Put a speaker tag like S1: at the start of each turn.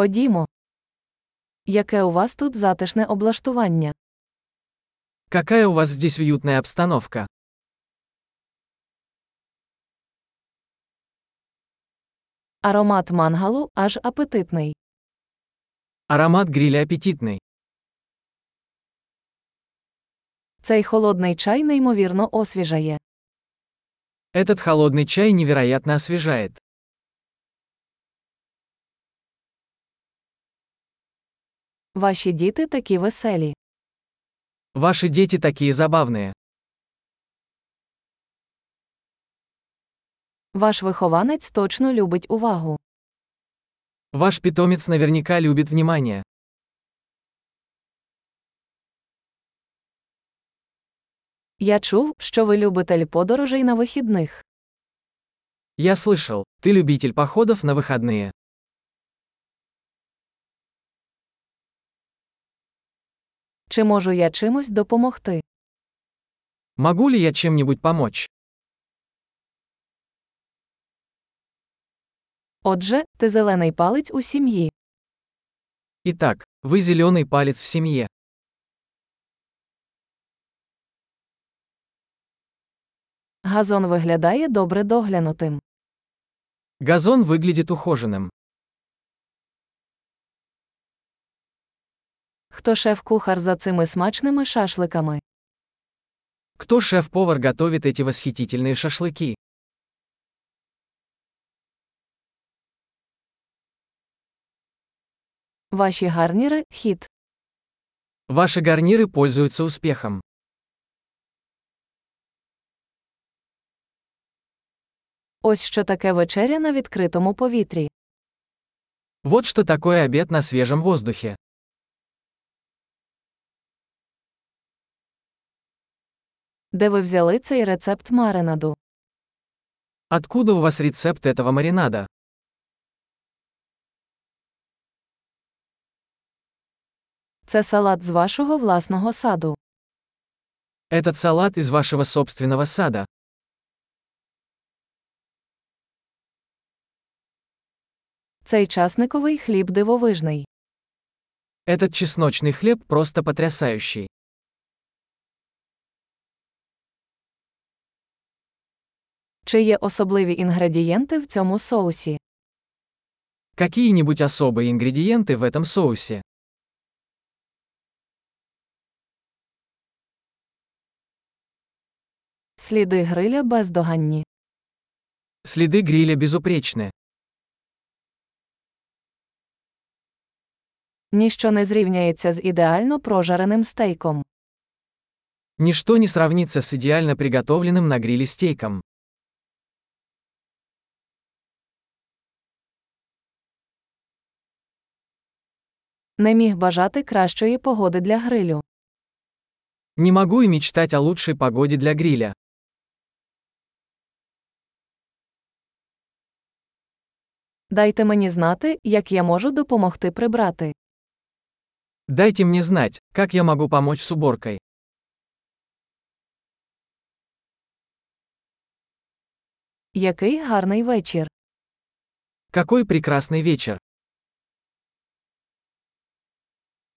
S1: Ходімо. Яке у вас тут затишне облаштування?
S2: Какая у вас здесь уютная обстановка?
S1: Аромат мангалу аж апетитний.
S2: Аромат гриля аппетитный.
S1: Цей холодний чай неймовірно освіжає.
S2: Этот холодный чай невероятно освежает.
S1: Ваші діти такі веселі.
S2: Ваши дети такие забавные.
S1: Ваш вихованець точно любить увагу.
S2: Ваш питомец наверняка любит внимание.
S1: Я чув, що ви любитель подорожей на вихідних.
S2: Я слышал, ты любитель походов на выходные.
S1: Чи можу я чимось допомогти?
S2: Могу ли я чем-нибудь помочь?
S1: Отже, ти зелений палець у сім'ї.
S2: Итак, вы зеленый палец в семье.
S1: Газон виглядає добре доглянутим.
S2: Газон выглядит ухоженным.
S1: Хто шеф-кухар за цими смачними шашликами?
S2: Кто шеф-повар готовит эти восхитительные шашлыки?
S1: Ваші гарніри хіт.
S2: Ваши гарниры пользуются успехом.
S1: Ось що таке вечеря на відкритому повітрі.
S2: Вот что такое обед на свежем воздухе.
S1: Де ви взяли цей рецепт маринаду?
S2: Откуда у вас рецепт этого маринада?
S1: Це салат з вашого власного саду.
S2: Этот салат из вашего собственного сада.
S1: Цей часниковий хліб дивовижний.
S2: Этот чесночный хлеб просто потрясающий.
S1: Чи є особливі інгредієнти в цьому соусі?
S2: Какие-нибудь особые ингредиенты в этом соусе?
S1: Сліди гриля бездоганні.
S2: Следы гриля безупречны.
S1: Ніщо не зрівняється з ідеально прожареним стейком.
S2: Ничто не сравнится с идеально приготовленным на гриле стейком.
S1: Не міг бажати кращої погоди для грилю.
S2: Не могу и мечтать о лучшей погоде для гриля.
S1: Дайте мені знати, як я можу допомогти прибрати.
S2: Дайте мне знать, как я могу помочь с уборкой.
S1: Який гарний вечір!
S2: Какой прекрасный вечер.